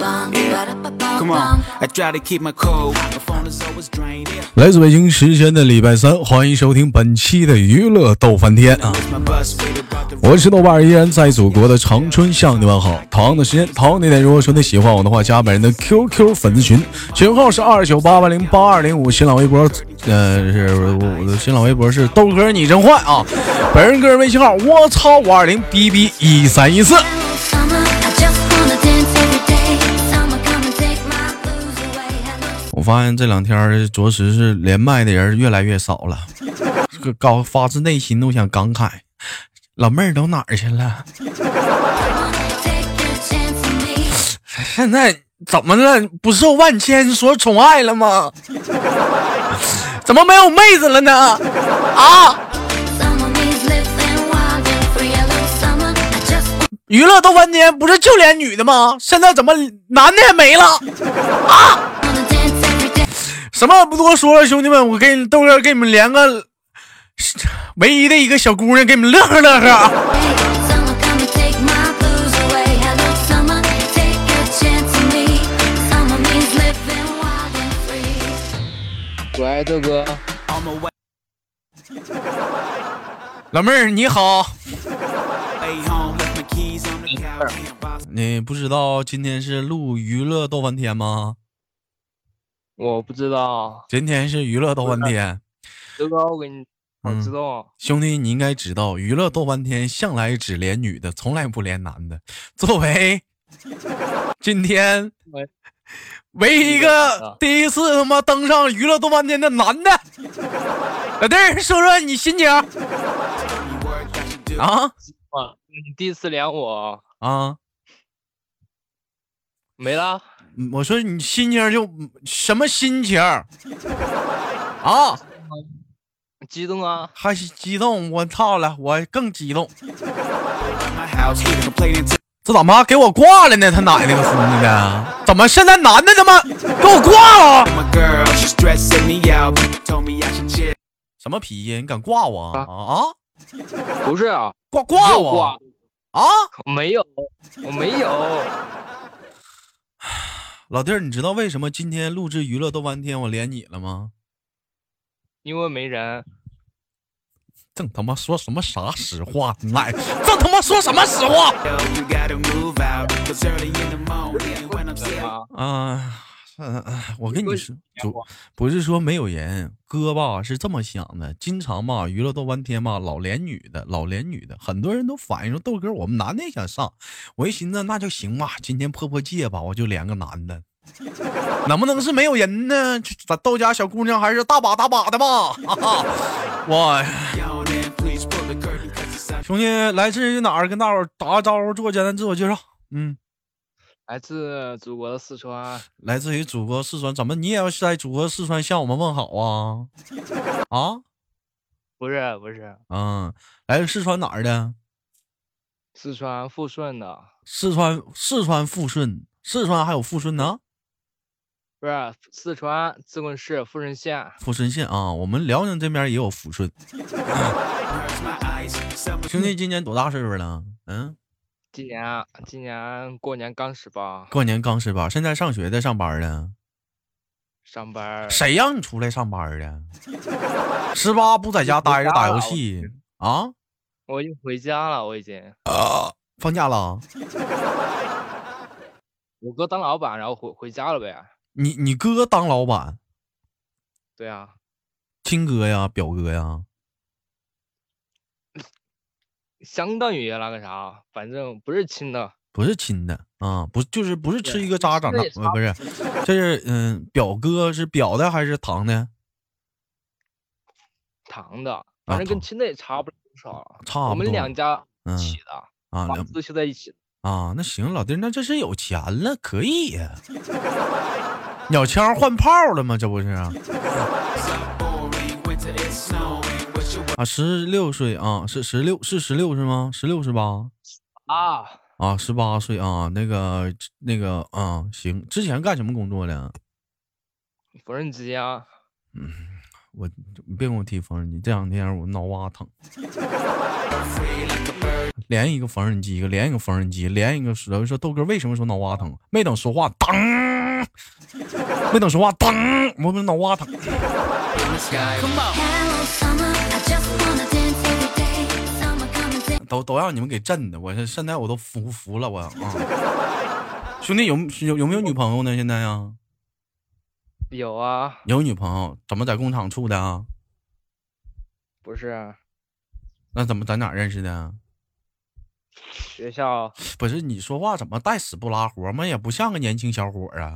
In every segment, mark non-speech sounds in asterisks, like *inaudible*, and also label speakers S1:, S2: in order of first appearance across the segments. S1: Come on, I try to keep my cool. My phone is always drained. Yeah,
S2: 来自北京时间的礼拜三，欢迎收听本期的娱乐逗翻天啊！
S1: it's my bus. We done brought the
S2: 我是豆瓣儿，依然在祖国的长春向你问好。同样的时间，同样地点，如果说你喜欢我的话，加本人的 QQ 粉丝群，群号是二九八八零八二零五，新浪微博，呃，是我我的新浪微博是豆哥你真坏啊！本人个人微信号我操五二零 bb 一三一四。
S3: Summer, I just wanna dance every day. Summer, come and take my blues away. Hello,
S2: 我发现这两天儿着实是连麦的人越来越少了，这个高发自内心都想感慨，老妹儿都哪儿去了？
S3: take your chance on me.
S2: 现在怎么了？不受万千所宠爱了吗？ *laughs* 怎么没有妹子了呢？啊！
S3: Summer means living wild and free. Hello, summer, I just
S2: 娱乐豆翻天不是就连女的吗？现在怎么男的也没了？
S3: wanna dance every day.
S2: 什么也不多说了，兄弟们，我给你豆哥给你们连个 *laughs* 唯一的一个小姑娘，给你们乐呵乐呵啊！ *laughs*
S3: Summer, come and take my blues away. Hello, summer, take your chance on me. Summer means living wild and free.
S4: 喂，豆哥，
S1: on my way.
S2: 老妹儿你好，
S1: home, left my keys on the couch. Can't boss
S2: 你不知道今天是录娱乐逗翻天吗？
S4: 我不知道，
S2: 今天是娱乐逗翻天。
S4: 豆哥，我给你，好
S2: 嗯
S4: 激动啊，
S2: 兄弟，你应该知道，娱乐逗翻天向来只连女的，从来不连男的。作
S4: *laughs*
S2: 为今天
S4: 喂啊
S2: 唯一一个第一次他妈登上娱乐逗翻天的
S4: *laughs*
S2: 男的，老弟儿，说说你心情
S1: any work I should do.
S2: 啊
S4: 哇，你第一次连我，
S2: 啊！
S4: 没啦，
S2: 嗯我说你心情就什么心情
S4: *laughs*
S2: 儿啊？
S4: 激动啊，
S2: 还是激动？我操了，我更激动。
S1: My house, even complaining to
S2: 这怎么还给我挂了呢？他奶奶个孙子的，怎么现在男的他妈给我挂了？
S1: my girl. She's stressing me out. Told me I should chill.
S2: 什么脾气？你敢挂我啊啊？
S4: 不是啊，
S2: 挂挂
S4: 又
S2: 我啊！
S4: 没有，我没有，
S2: 老弟儿，你知道为什么今天录制娱乐豆翻天我连你了吗？
S4: 因为没人，
S2: 正他妈说什么啥实话？你奶，正他妈说什么实话？
S1: You gotta move out. Cause early in the morning, when I'm sick,
S4: 啊，
S2: 啊、嗯，哎我跟你
S4: 为
S2: 说，主不是说没有人，哥吧是这么想的，经常吧娱乐豆翻天吧老连女的，老连女的，很多人都反映说豆哥我们男的也想上，我一寻思那就行吧，今天破破戒吧，我就连个男的，能不能是没有人呢？这咱豆家小姑娘还是大把大把的吧， *laughs* 哈哈，我。
S1: yawning, please pull the curtain. Cause it's time
S2: 兄弟，来自于哪儿？跟大伙儿打个招呼，做个简单自我介绍。嗯，
S4: 来自祖国的四川，
S2: 来自于祖国四川，怎么你也要在祖国四川向我们问好啊？ *laughs* 啊，
S4: 不是不是，
S2: 嗯，来自四川哪儿的？
S4: 四川富顺的，
S2: 四川，四川富顺，四川还有富顺呢，
S4: 不是四川自贡市富顺县，
S2: 富顺县啊。我们辽宁这边也有富顺。 *laughs*
S1: hurts my eyes. Summer
S2: 兄弟今年多大岁数了？嗯，
S4: 今年今年过年刚十八，
S2: 过年刚十八，现在上学在上班呢。
S4: 上班儿
S2: 谁让你出来上班的？十八不在 *laughs* 家待着打游戏啊？
S4: 我已经回家了，我已经，
S2: 放假了？
S4: 我哥当老板，然后回回家了呗，
S2: 你你哥当老板？
S4: 对啊。
S2: 亲哥呀，表哥呀，
S4: 相当于那个啥，反正不是亲的，
S2: 不是亲的啊，不就是不是吃
S4: 对
S2: 一个渣长
S4: 这
S2: 大，
S4: 也
S2: 呃不是，这是嗯，表哥是表的还是堂的？
S4: 堂的，反
S2: 堂
S4: 正跟亲的也差不了多少。
S2: 差
S4: 我
S2: 不
S4: 们
S2: 多
S4: 两家一
S2: 啊嗯
S4: 起的，
S2: 啊，
S4: 房
S2: 两
S4: 子修在一起的。
S2: 啊，那行，老弟儿，那这是有钱了，可以呀、鸟枪换炮了吗？这不是啊，
S1: is up, boring. Winter is snowing. What's your
S2: 啊，十六岁啊，是十六是十六是吗？十六是吧？
S4: 啊，
S2: 啊，十八岁啊，那个那个啊，行，之前干什么工作的？
S4: 缝纫机啊，
S2: 我你别跟我提缝纫机，这两天我脑瓜疼。连一个缝纫机，一个连一个缝纫机，连一个石头。说豆哥为什么说脑瓜疼？没等说话，当，没等说话，当，我们脑瓜疼。
S3: Hello summer, I just wanna dance every day. Summer come and take
S2: 都都让你们给震的，我这现在我都服服了，我啊。兄弟有有有没有女朋友呢？现在啊，
S4: 有啊，
S2: 有女朋友，怎么在工厂处的啊？
S4: 不是
S2: 那怎么在哪儿认识的啊、
S4: 学校
S2: 不是你说话怎么带死不拉活嘛？也不像个年轻小伙儿啊，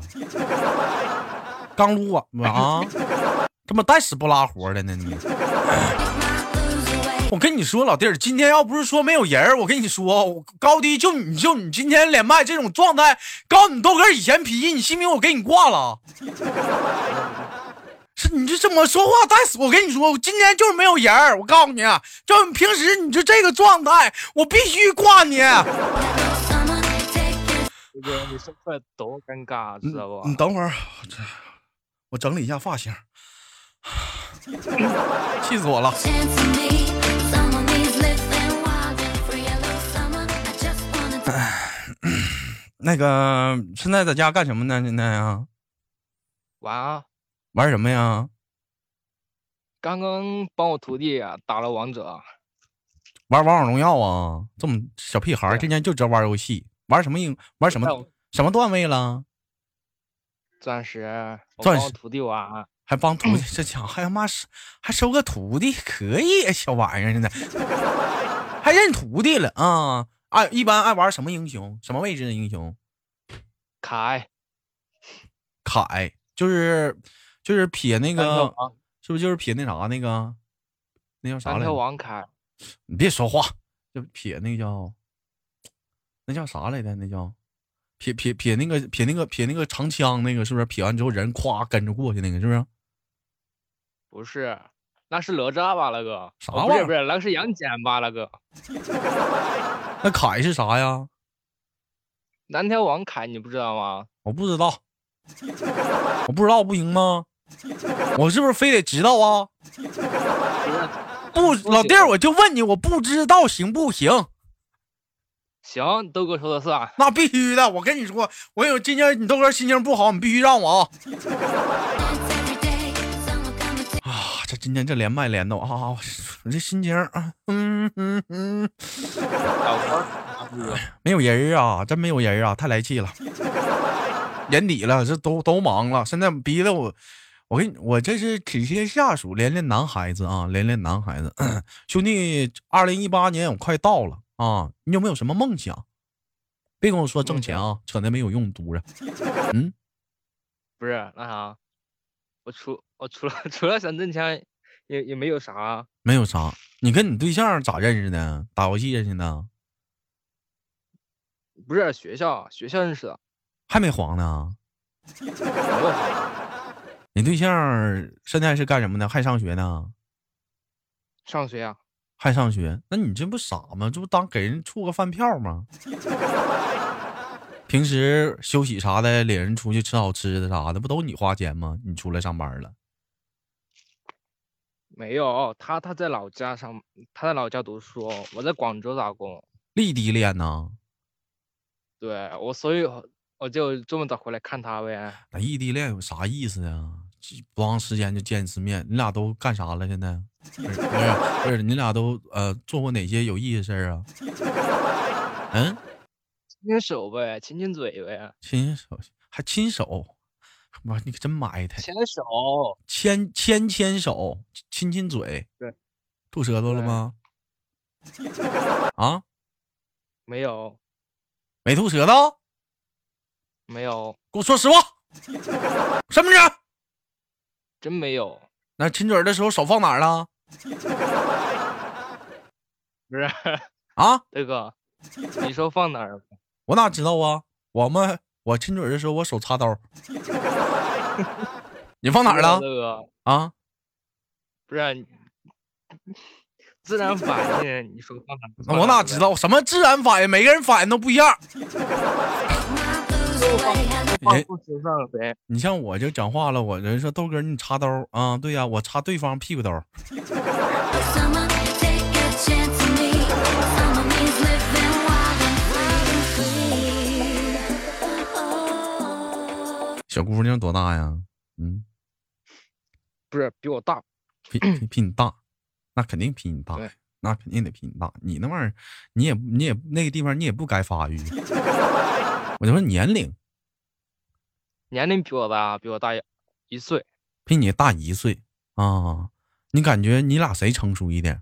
S2: *laughs* 刚撸完嘛啊，这么带死不拉活的呢你？
S3: my blues away.
S2: 我跟你说，老弟儿，今天要不是说没有人儿，我跟你说，我高低就你就你今天连麦这种状态，告诉你豆哥以前脾气，你信不信我给你挂了？ *laughs* 是你就这么说话带死！我跟你说，我今天就是没有人儿，我告诉你，啊就你平时你就这个状态，我必须挂你。
S3: Hello summer, take your
S4: 我觉得你上课多尴尬，知道不？
S2: 嗯你等会儿，啊这我整理一下发型。 *sighs* 气死我了！
S3: chance to me. Summer means living wild and free. Hello summer, I just wanna dance.
S2: 那个现在在家干什么呢？现在啊，
S4: 完啊，
S2: 玩什么呀？
S4: 刚刚帮我徒弟啊打了王者，
S2: 玩王者荣耀啊？这么小屁孩儿，
S4: 对
S2: 天天就知道玩游戏，玩什么英玩什
S4: 带
S2: 么
S4: 我
S2: 什么段位了？
S4: 钻石，我
S2: 钻
S4: 帮我
S2: 石
S4: 徒弟玩，
S2: 还帮
S4: 嗯
S2: 徒弟，这家伙还他妈是还收个徒弟，可以啊小玩意儿，现在还认徒弟了啊！爱一般爱玩什么英雄？什么位置的英雄？
S4: 凯，
S2: 凯，就是就是撇那
S4: 单挑
S2: 个
S4: 王，
S2: 是不是就是撇那啥那个，那叫啥
S4: 单
S2: 来
S4: 挑
S2: 着？
S4: 王凯，
S2: 你别说话，就撇那叫，那叫啥来着？那叫撇撇撇那个撇那个撇那个长枪那个是不是？撇完之后人咵跟着过去那个是不是？
S4: 不是，那是哪吒吧？那个
S2: 啥
S4: 哦
S2: 玩
S4: 不
S2: 意
S4: 是
S2: 儿
S4: 不是，那个是杨戬吧？那个
S2: 那凯是啥呀？
S4: 单挑王凯你不知道吗？
S2: 我不知道，我不知道不行吗？我是不是非得知道啊？不，老弟儿，我就问你，我不知道行不行？
S4: 行，豆哥说的算，
S2: 那必须的，我跟你说，我有今天你豆哥心情不好，你必须让我啊。
S3: dance every day. Summer come and take
S2: 啊，这今天这连麦连的我啊，我我这心情啊，嗯嗯嗯，
S4: 老婆，
S2: 没有人儿啊，真没有人儿啊，太来气了。年底了，这都都忙了，现在逼得我，我跟你，我这是体贴下属，连连男孩子啊，连连男孩子，兄弟，二零一八年我快到了啊，你有没有什么梦想？别跟我说挣钱啊，扯那没有用，犊子。
S4: 不是那啥，我除我除了 *laughs* 除了想挣钱，也也没有啥，
S2: 没有啥。你跟你对象咋认识的？打游戏认识的？
S4: 不是学校学校认识的，
S2: 还没黄呢？
S4: 没有啥
S2: 你对象儿现在是干什么呢？还上学呢？
S4: 上学啊，
S2: 还上学？那你这不傻吗？这不当给人处个饭票吗？平时休息啥的，领人出去吃好吃的啥的，不都你花钱吗？你出来上班了，
S4: 没有他他在老家上，他在老家读书，我在广州打工，
S2: 异地恋呢？
S4: 对我所以我我就这么早回来看他呗，
S2: 那异地恋有啥意思呀？这不长时间就见一次面，你俩都干啥了？现在 *laughs* 不是不是不是，你俩都呃做过哪些有意思的事儿啊？ *laughs* 嗯，
S4: 牵牵手呗，亲亲嘴呗，
S2: 亲手还亲手，妈你可真埋汰！
S4: 牵手，
S2: 牵牵牵手，亲亲嘴，
S4: 对，
S2: 吐舌头了
S4: 对
S2: 吗？ *laughs* 啊，
S4: 没有
S2: 没吐舌头，
S4: 没有，
S2: 给我说实话，身份证。
S4: 真没有，
S2: 那亲嘴儿的时候手放哪儿了？
S4: 不是 *laughs*
S2: 啊，
S4: 这个，你说放哪儿？
S2: 我哪知道啊？我们我亲嘴儿的时候我手插兜儿， *laughs* 你放哪儿
S4: *laughs*
S2: 了
S4: 这个
S2: 啊？
S4: 不是你自然反应，你说放哪儿？
S2: 那我哪知？道什么自然反应？每个人反应都不一样。
S3: my blues away.
S4: 又放放
S2: 人
S4: 不时尚了呗。
S2: 你像我就讲话了，我人说豆哥你插兜儿啊，对呀、我插对方屁股兜儿。
S3: Summer, take a chance on me. Summer means living wild and free. Oh.
S2: 小姑娘多大呀？嗯，
S4: 不是比我大，
S2: 比比比你大，那肯定比你大
S4: 对，
S2: 那肯定得比你大。你那玩意儿，你也你也那个地方你也不该发育。我就说年龄
S4: 年龄比我大，比我大一一岁。
S2: 比你大一岁啊，你感觉你俩谁成熟一点？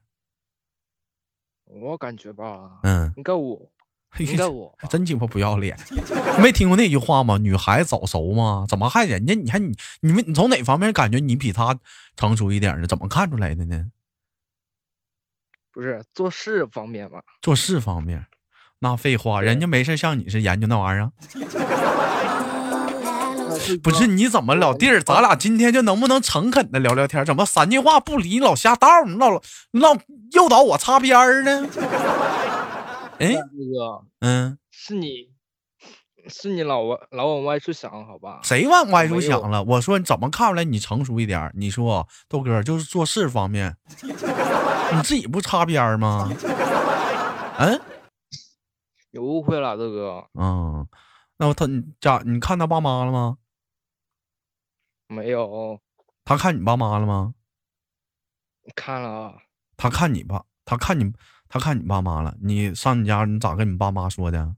S4: 我感觉吧，
S2: 嗯，
S4: 应该我，
S2: *laughs* 嘿
S4: 应该我吧，
S2: 真鸡巴不要脸！没听过那句话吗？女孩早熟吗？怎么还人家？你看你，你们你从哪方面感觉你比她成熟一点呢？怎么看出来的呢？
S4: 不是做事方面吧？
S2: 做事方面，那废话，人家没事像你是研究那玩意儿啊，不是？你怎么老弟儿？咱俩今天就能不能诚恳的聊聊天？怎么三句话不离老瞎道儿？你老你老诱导我擦边儿呢？ *laughs* 哎
S4: 那，个
S2: 嗯，
S4: 是你，是你老往老往歪处想，好吧？
S2: 谁往歪处
S4: 没有
S2: 想了？我说你怎么看出来你成熟一点儿？你说豆哥就是做事方面，你自己不擦边儿吗？ *laughs* 嗯
S4: 你误会了，豆哥，
S2: 嗯，那我他你家你看他爸妈了吗？
S4: 没有
S2: 他看你爸妈了吗？
S4: 看了啊，
S2: 他看你爸，他看你他看你爸妈了。你上你家你咋跟你爸妈说的？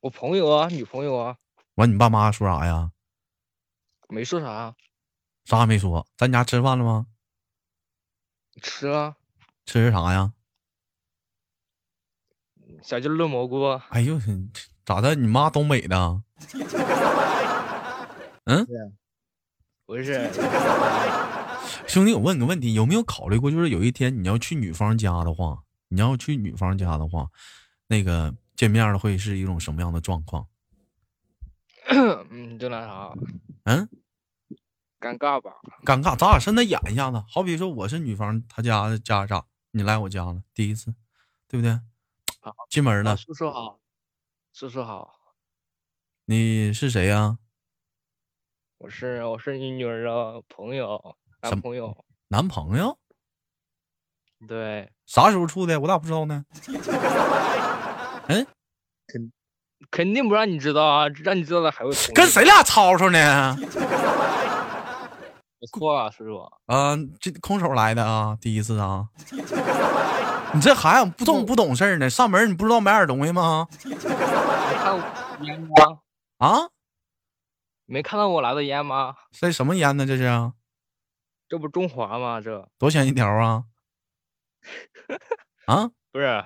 S4: 我朋友啊，女朋友啊，
S2: 完你爸妈说啥呀？
S4: 没说啥，
S2: 啥也没说。咱家吃饭了吗？
S4: 吃了
S2: 吃的啥呀？
S4: 小鸡炖蘑菇啊，
S2: 哎呦，咋的？你妈东北的？啊嗯，
S4: 不是， *coughs*
S2: 兄弟，我问个问题，有没有考虑过，就是有一天你要去女方家的话，你要去女方家的话，那个见面了会是一种什么样的状况？
S4: 嗯，就那啥，
S2: 嗯，
S4: 尴尬吧？
S2: 尴尬，咱俩现在演一下子，好比说我是女方她家的家长，你来我家了，第一次，对不对？进门
S4: 啊，
S2: 了，
S4: 叔叔好，叔叔好，
S2: 你是谁啊呀、
S4: 我是我是你女儿的朋友，
S2: 什
S4: 男
S2: 么
S4: 朋友，
S2: 男朋友？
S4: 对，
S2: 啥时候处的？我咋不知道呢？
S4: 肯定不让你知道啊，让你知道的还会同
S2: 跟
S4: 意
S2: 谁俩吵吵呢？
S4: 我错了，叔叔，
S2: 啊，这空手来的啊，第一次啊。 *laughs* 你这孩子不懂不懂事儿呢，上门你不知道买点东西吗？
S4: 没看我烟吗？
S2: 啊，
S4: 没看到我拿的烟吗？
S2: 这什么烟呢？这是
S4: 这不中华吗？这
S2: 多少钱一条啊？啊，
S4: 不是，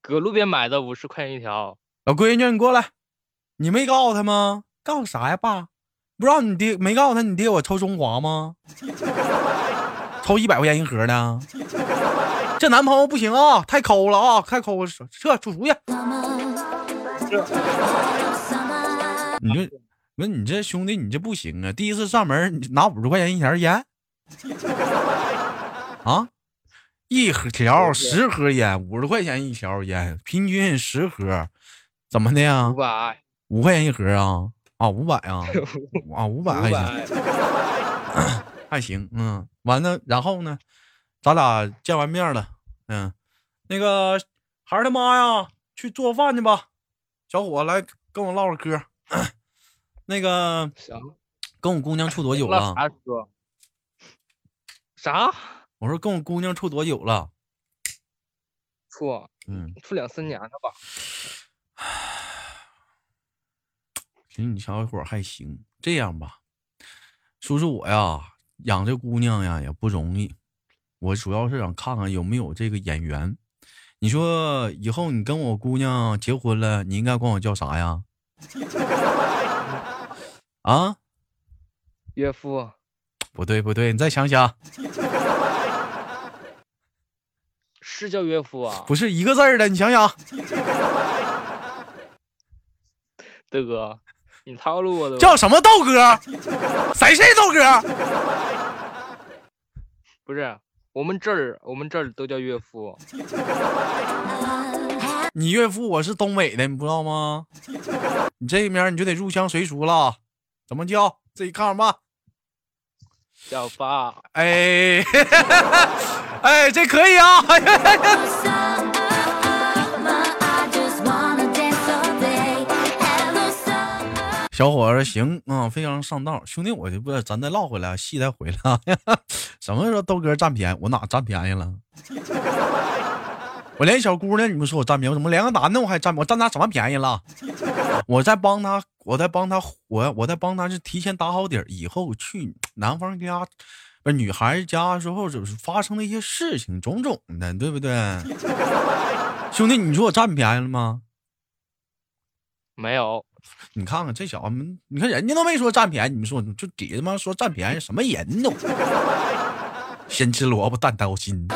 S4: 搁路边买的五十块钱一条，
S2: 老闺女，你过来，你没告诉他吗？告诉啥呀，爸？不知道你爹没告诉他你爹我抽中华吗？抽一百块钱一盒的，这男朋友不行啊，太抠了啊，太抠了，撤出出去。你就不是你这兄弟，你这不行啊！第一次上门，你拿五十块钱一条烟，啊，一盒条十盒烟，五十块钱一条烟，平均十盒，怎么的呀
S4: 五？百，
S2: 五块钱一盒啊？啊，五百啊？啊，五百
S4: 五
S2: 还行，
S4: 百，
S2: 还行，嗯。完了，然后呢，咱俩见完面了，嗯，那个孩儿他妈呀，去做饭去吧，小伙来跟我唠唠嗑。 *coughs* 那个
S4: 行。
S2: 跟我姑娘
S4: *laughs*
S2: 处多久
S4: 那
S2: 了？
S4: 啥说？啥？
S2: 我说跟我姑娘处多久了？
S4: 处
S2: 嗯，
S4: 处两三年了吧？
S2: 其实你小伙儿还行。这样吧，叔叔我呀，养这姑娘呀也不容易，我主要是想看看有没有这个眼缘。你说以后你跟我姑娘结婚了，你应该管我叫啥呀？ *laughs* 啊，
S4: 岳父，
S2: 不对不对，你再想想，
S4: 是叫岳父啊？
S2: 不是一个字儿的，你想想，
S4: 豆哥，你套路我啊的吧
S2: 叫什么豆哥？ *laughs* 谁是豆哥？
S4: 不是？我们这儿我们这儿都叫岳父，
S2: 你岳父我是东北的，你不知道吗？你这面你就得入乡随俗了，怎么叫自己看着办。
S4: 叫爸，
S2: 哎， *laughs* 哎，这可以啊。小伙子行啊、非常上道。兄弟，我就不，咱再唠回来，戏再回来。啊 *laughs* 什么时候豆哥占便宜？我哪占便宜了？ *laughs* 我连小姑娘，你们说我占便宜，我怎么连个男的我还占？我占他什么便宜了？我在帮他，我在帮他，我我在帮他是提前打好底儿，以后去男方家，不是女孩子家之后，就是发生的一些事情种种的，对不对？兄弟，你说我占便宜了吗？
S4: 没有，
S2: 你看看这小子们，你看人家都没说占便宜，你们说就底他妈说占便宜什么人都，先吃萝卜淡刀心。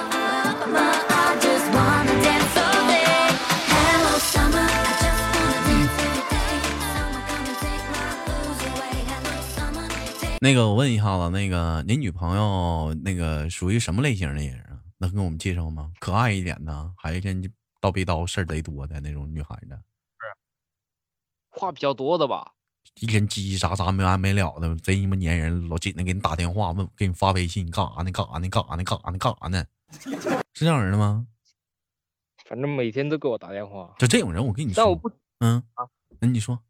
S2: 那个我问一下子，那个您女朋友那个属于什么类型的人啊？能给我们介绍吗？可爱一点的，还是跟叨逼叨事儿贼多的那种女孩子？
S4: 话比较多的吧？
S2: 一天叽叽喳喳没完没了的，贼他妈粘人，老紧的给你打电话问，给你发微信，干啥呢？干啥呢？干啥呢？干啥呢？干啥呢？ *laughs* 是这样人的吗？
S4: 反正每天都给我打电话，
S2: 就这种人，我跟你说，
S4: 但我不
S2: 嗯
S4: 啊，
S2: 那你说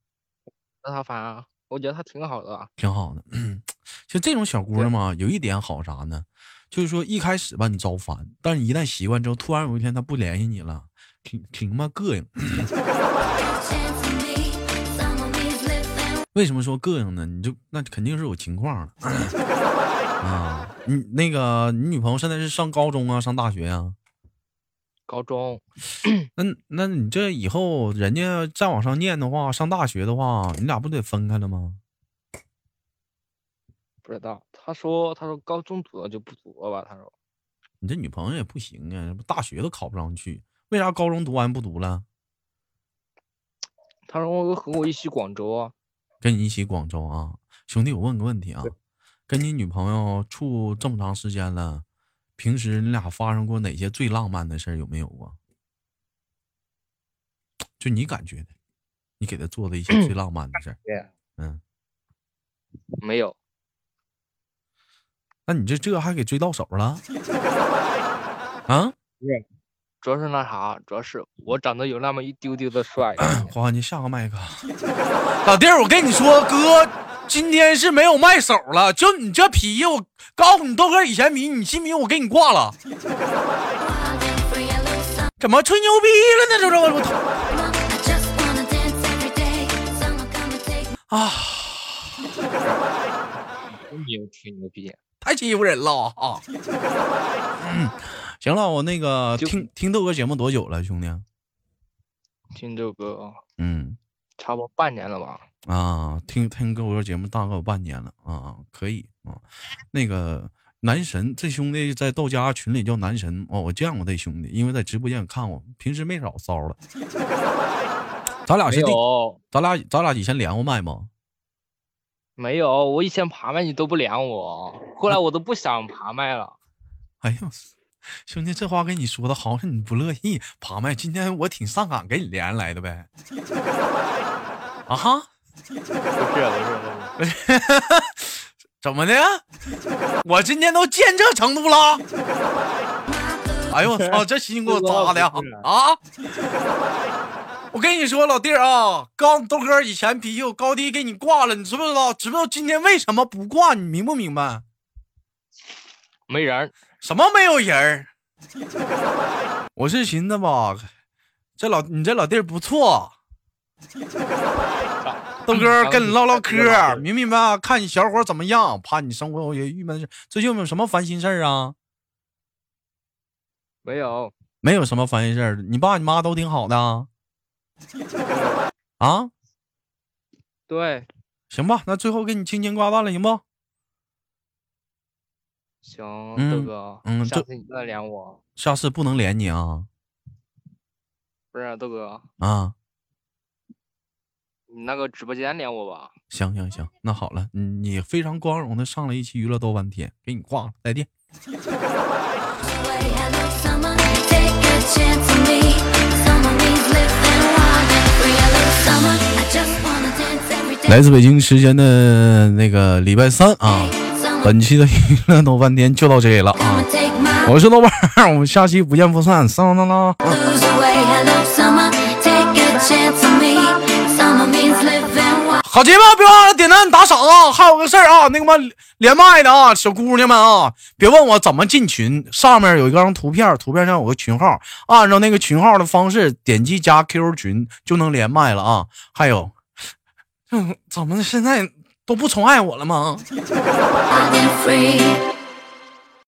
S4: 让他烦啊，我觉得他挺好的啊。
S2: 挺好的。 *clears throat* 就这种小姑娘嘛，有一点好啥呢？就是说一开始吧，你招烦，但是一旦习惯之后，突然有一天她不联系你了，挺挺他妈膈应。为什么说膈应呢？你就那肯定是有情况了啊。你那个你女朋友现在是上高中啊，上大学啊？
S4: 高中
S2: 那那你这以后人家再往上念的话，上大学的话，你俩不得分开了吗？
S4: 不知道，他说他说高中读了就不读了吧？他说
S2: 你这女朋友也不行啊，这不大学都考不上去，为啥高中读完不读了？
S4: 他说我和我一起广州啊，
S2: 跟你一起广州啊，兄弟，我问个问题啊，跟你女朋友处这么长时间了，平时你俩发生过哪些最浪漫的事儿有没有过？就你感觉的，你给她做的一些最浪漫的事儿，
S4: 对，
S2: 嗯，
S4: 没有，
S2: 那你这这还给追到手了？ *laughs* 啊，
S4: 主要是那啥，主要是我长得有那么一丢丢
S2: *clears throat*
S4: 的帅，
S2: 花花，你下个麦克，老弟儿，我跟你说，哥今天是没有卖手了，就你这脾气，我告诉你，豆哥以前比你信不信？我给你挂了。怎么吹牛逼了呢？这这我我头啊，
S4: 真牛吹牛逼，
S2: 太欺负人了啊！嗯，行了，我那个
S4: 就
S2: 听听豆哥节目多久了，兄弟？啊
S4: 听这个
S2: 嗯
S4: 差不多半年了吧？
S2: 啊，听听豆哥节目大概有半年了啊，可以啊。那个男神，这兄弟在豆家群里叫男神哦，我见过这兄弟，因为在直播间看过，平时没少骚了。 *laughs* 咱俩
S4: 没
S2: 啊是第，
S4: 有，
S2: 咱俩咱俩以前连过麦吗？
S4: 没有，我以前爬麦你都不凉我，后来我都不想爬麦了。
S2: 哎呦，兄弟，这话跟你说的，好像你不乐意。爬麦，今天我挺上赶给你连来的呗。啊哈，
S4: 不是不是，
S2: 怎么的？我今天都见这程度了？哎呦我操，这心给我扎的
S4: 这个
S2: 啊！我跟你说，老弟儿啊，刚豆哥以前脾气我高低给你挂了，你知不知道？知不知道今天为什么不挂？你明不明白？
S4: 没人儿，
S2: 什么没有人儿？ *laughs* 我是寻思吧，这老你这老弟儿不 *laughs* 错，豆哥跟你唠唠嗑嗯儿，明明白？看你小伙儿怎么样？怕你生活有些郁闷事，最近有没有什么烦心事儿啊？
S4: 没有，
S2: 没有什么烦心事儿，你爸你妈都挺好的 *laughs* 啊。啊，
S4: 对，
S2: 行吧，那最后给你轻轻挂断了，行不？
S4: 行，豆
S2: 嗯
S4: 哥，
S2: 嗯
S4: 下
S2: 这
S4: 次你再连我，
S2: 下次不能连你啊
S4: 不是豆哥，
S2: 啊！
S4: 你那个直播间连我吧。
S2: 行行行，那好了，嗯你非常光荣的上了一期娱乐多半天，给你挂了，再见。
S3: Take a chance on me. Summer means living. summer. I just wanna dance every day.
S2: 来自北京时间的那个礼拜三啊，
S3: Summer,
S2: 本期的娱乐豆半天就到这里了 *laughs* 啊
S3: come！and take my
S2: 我是豆瓣儿，我们下期不见不散，上当当。
S3: blues away. Hello, summer. Take a chance on me. Summer means living wild.
S2: 好节目别忘了点赞打赏啊！还有个事儿啊，那个嘛连麦的啊，小姑娘们啊，别问我怎么进群，上面有一张图片，图片上有个群号，按照那个群号的方式点击加 QQ 群就能连麦了啊！还有， *laughs* 嗯，怎么现在都不宠爱我了吗？
S3: wild and free.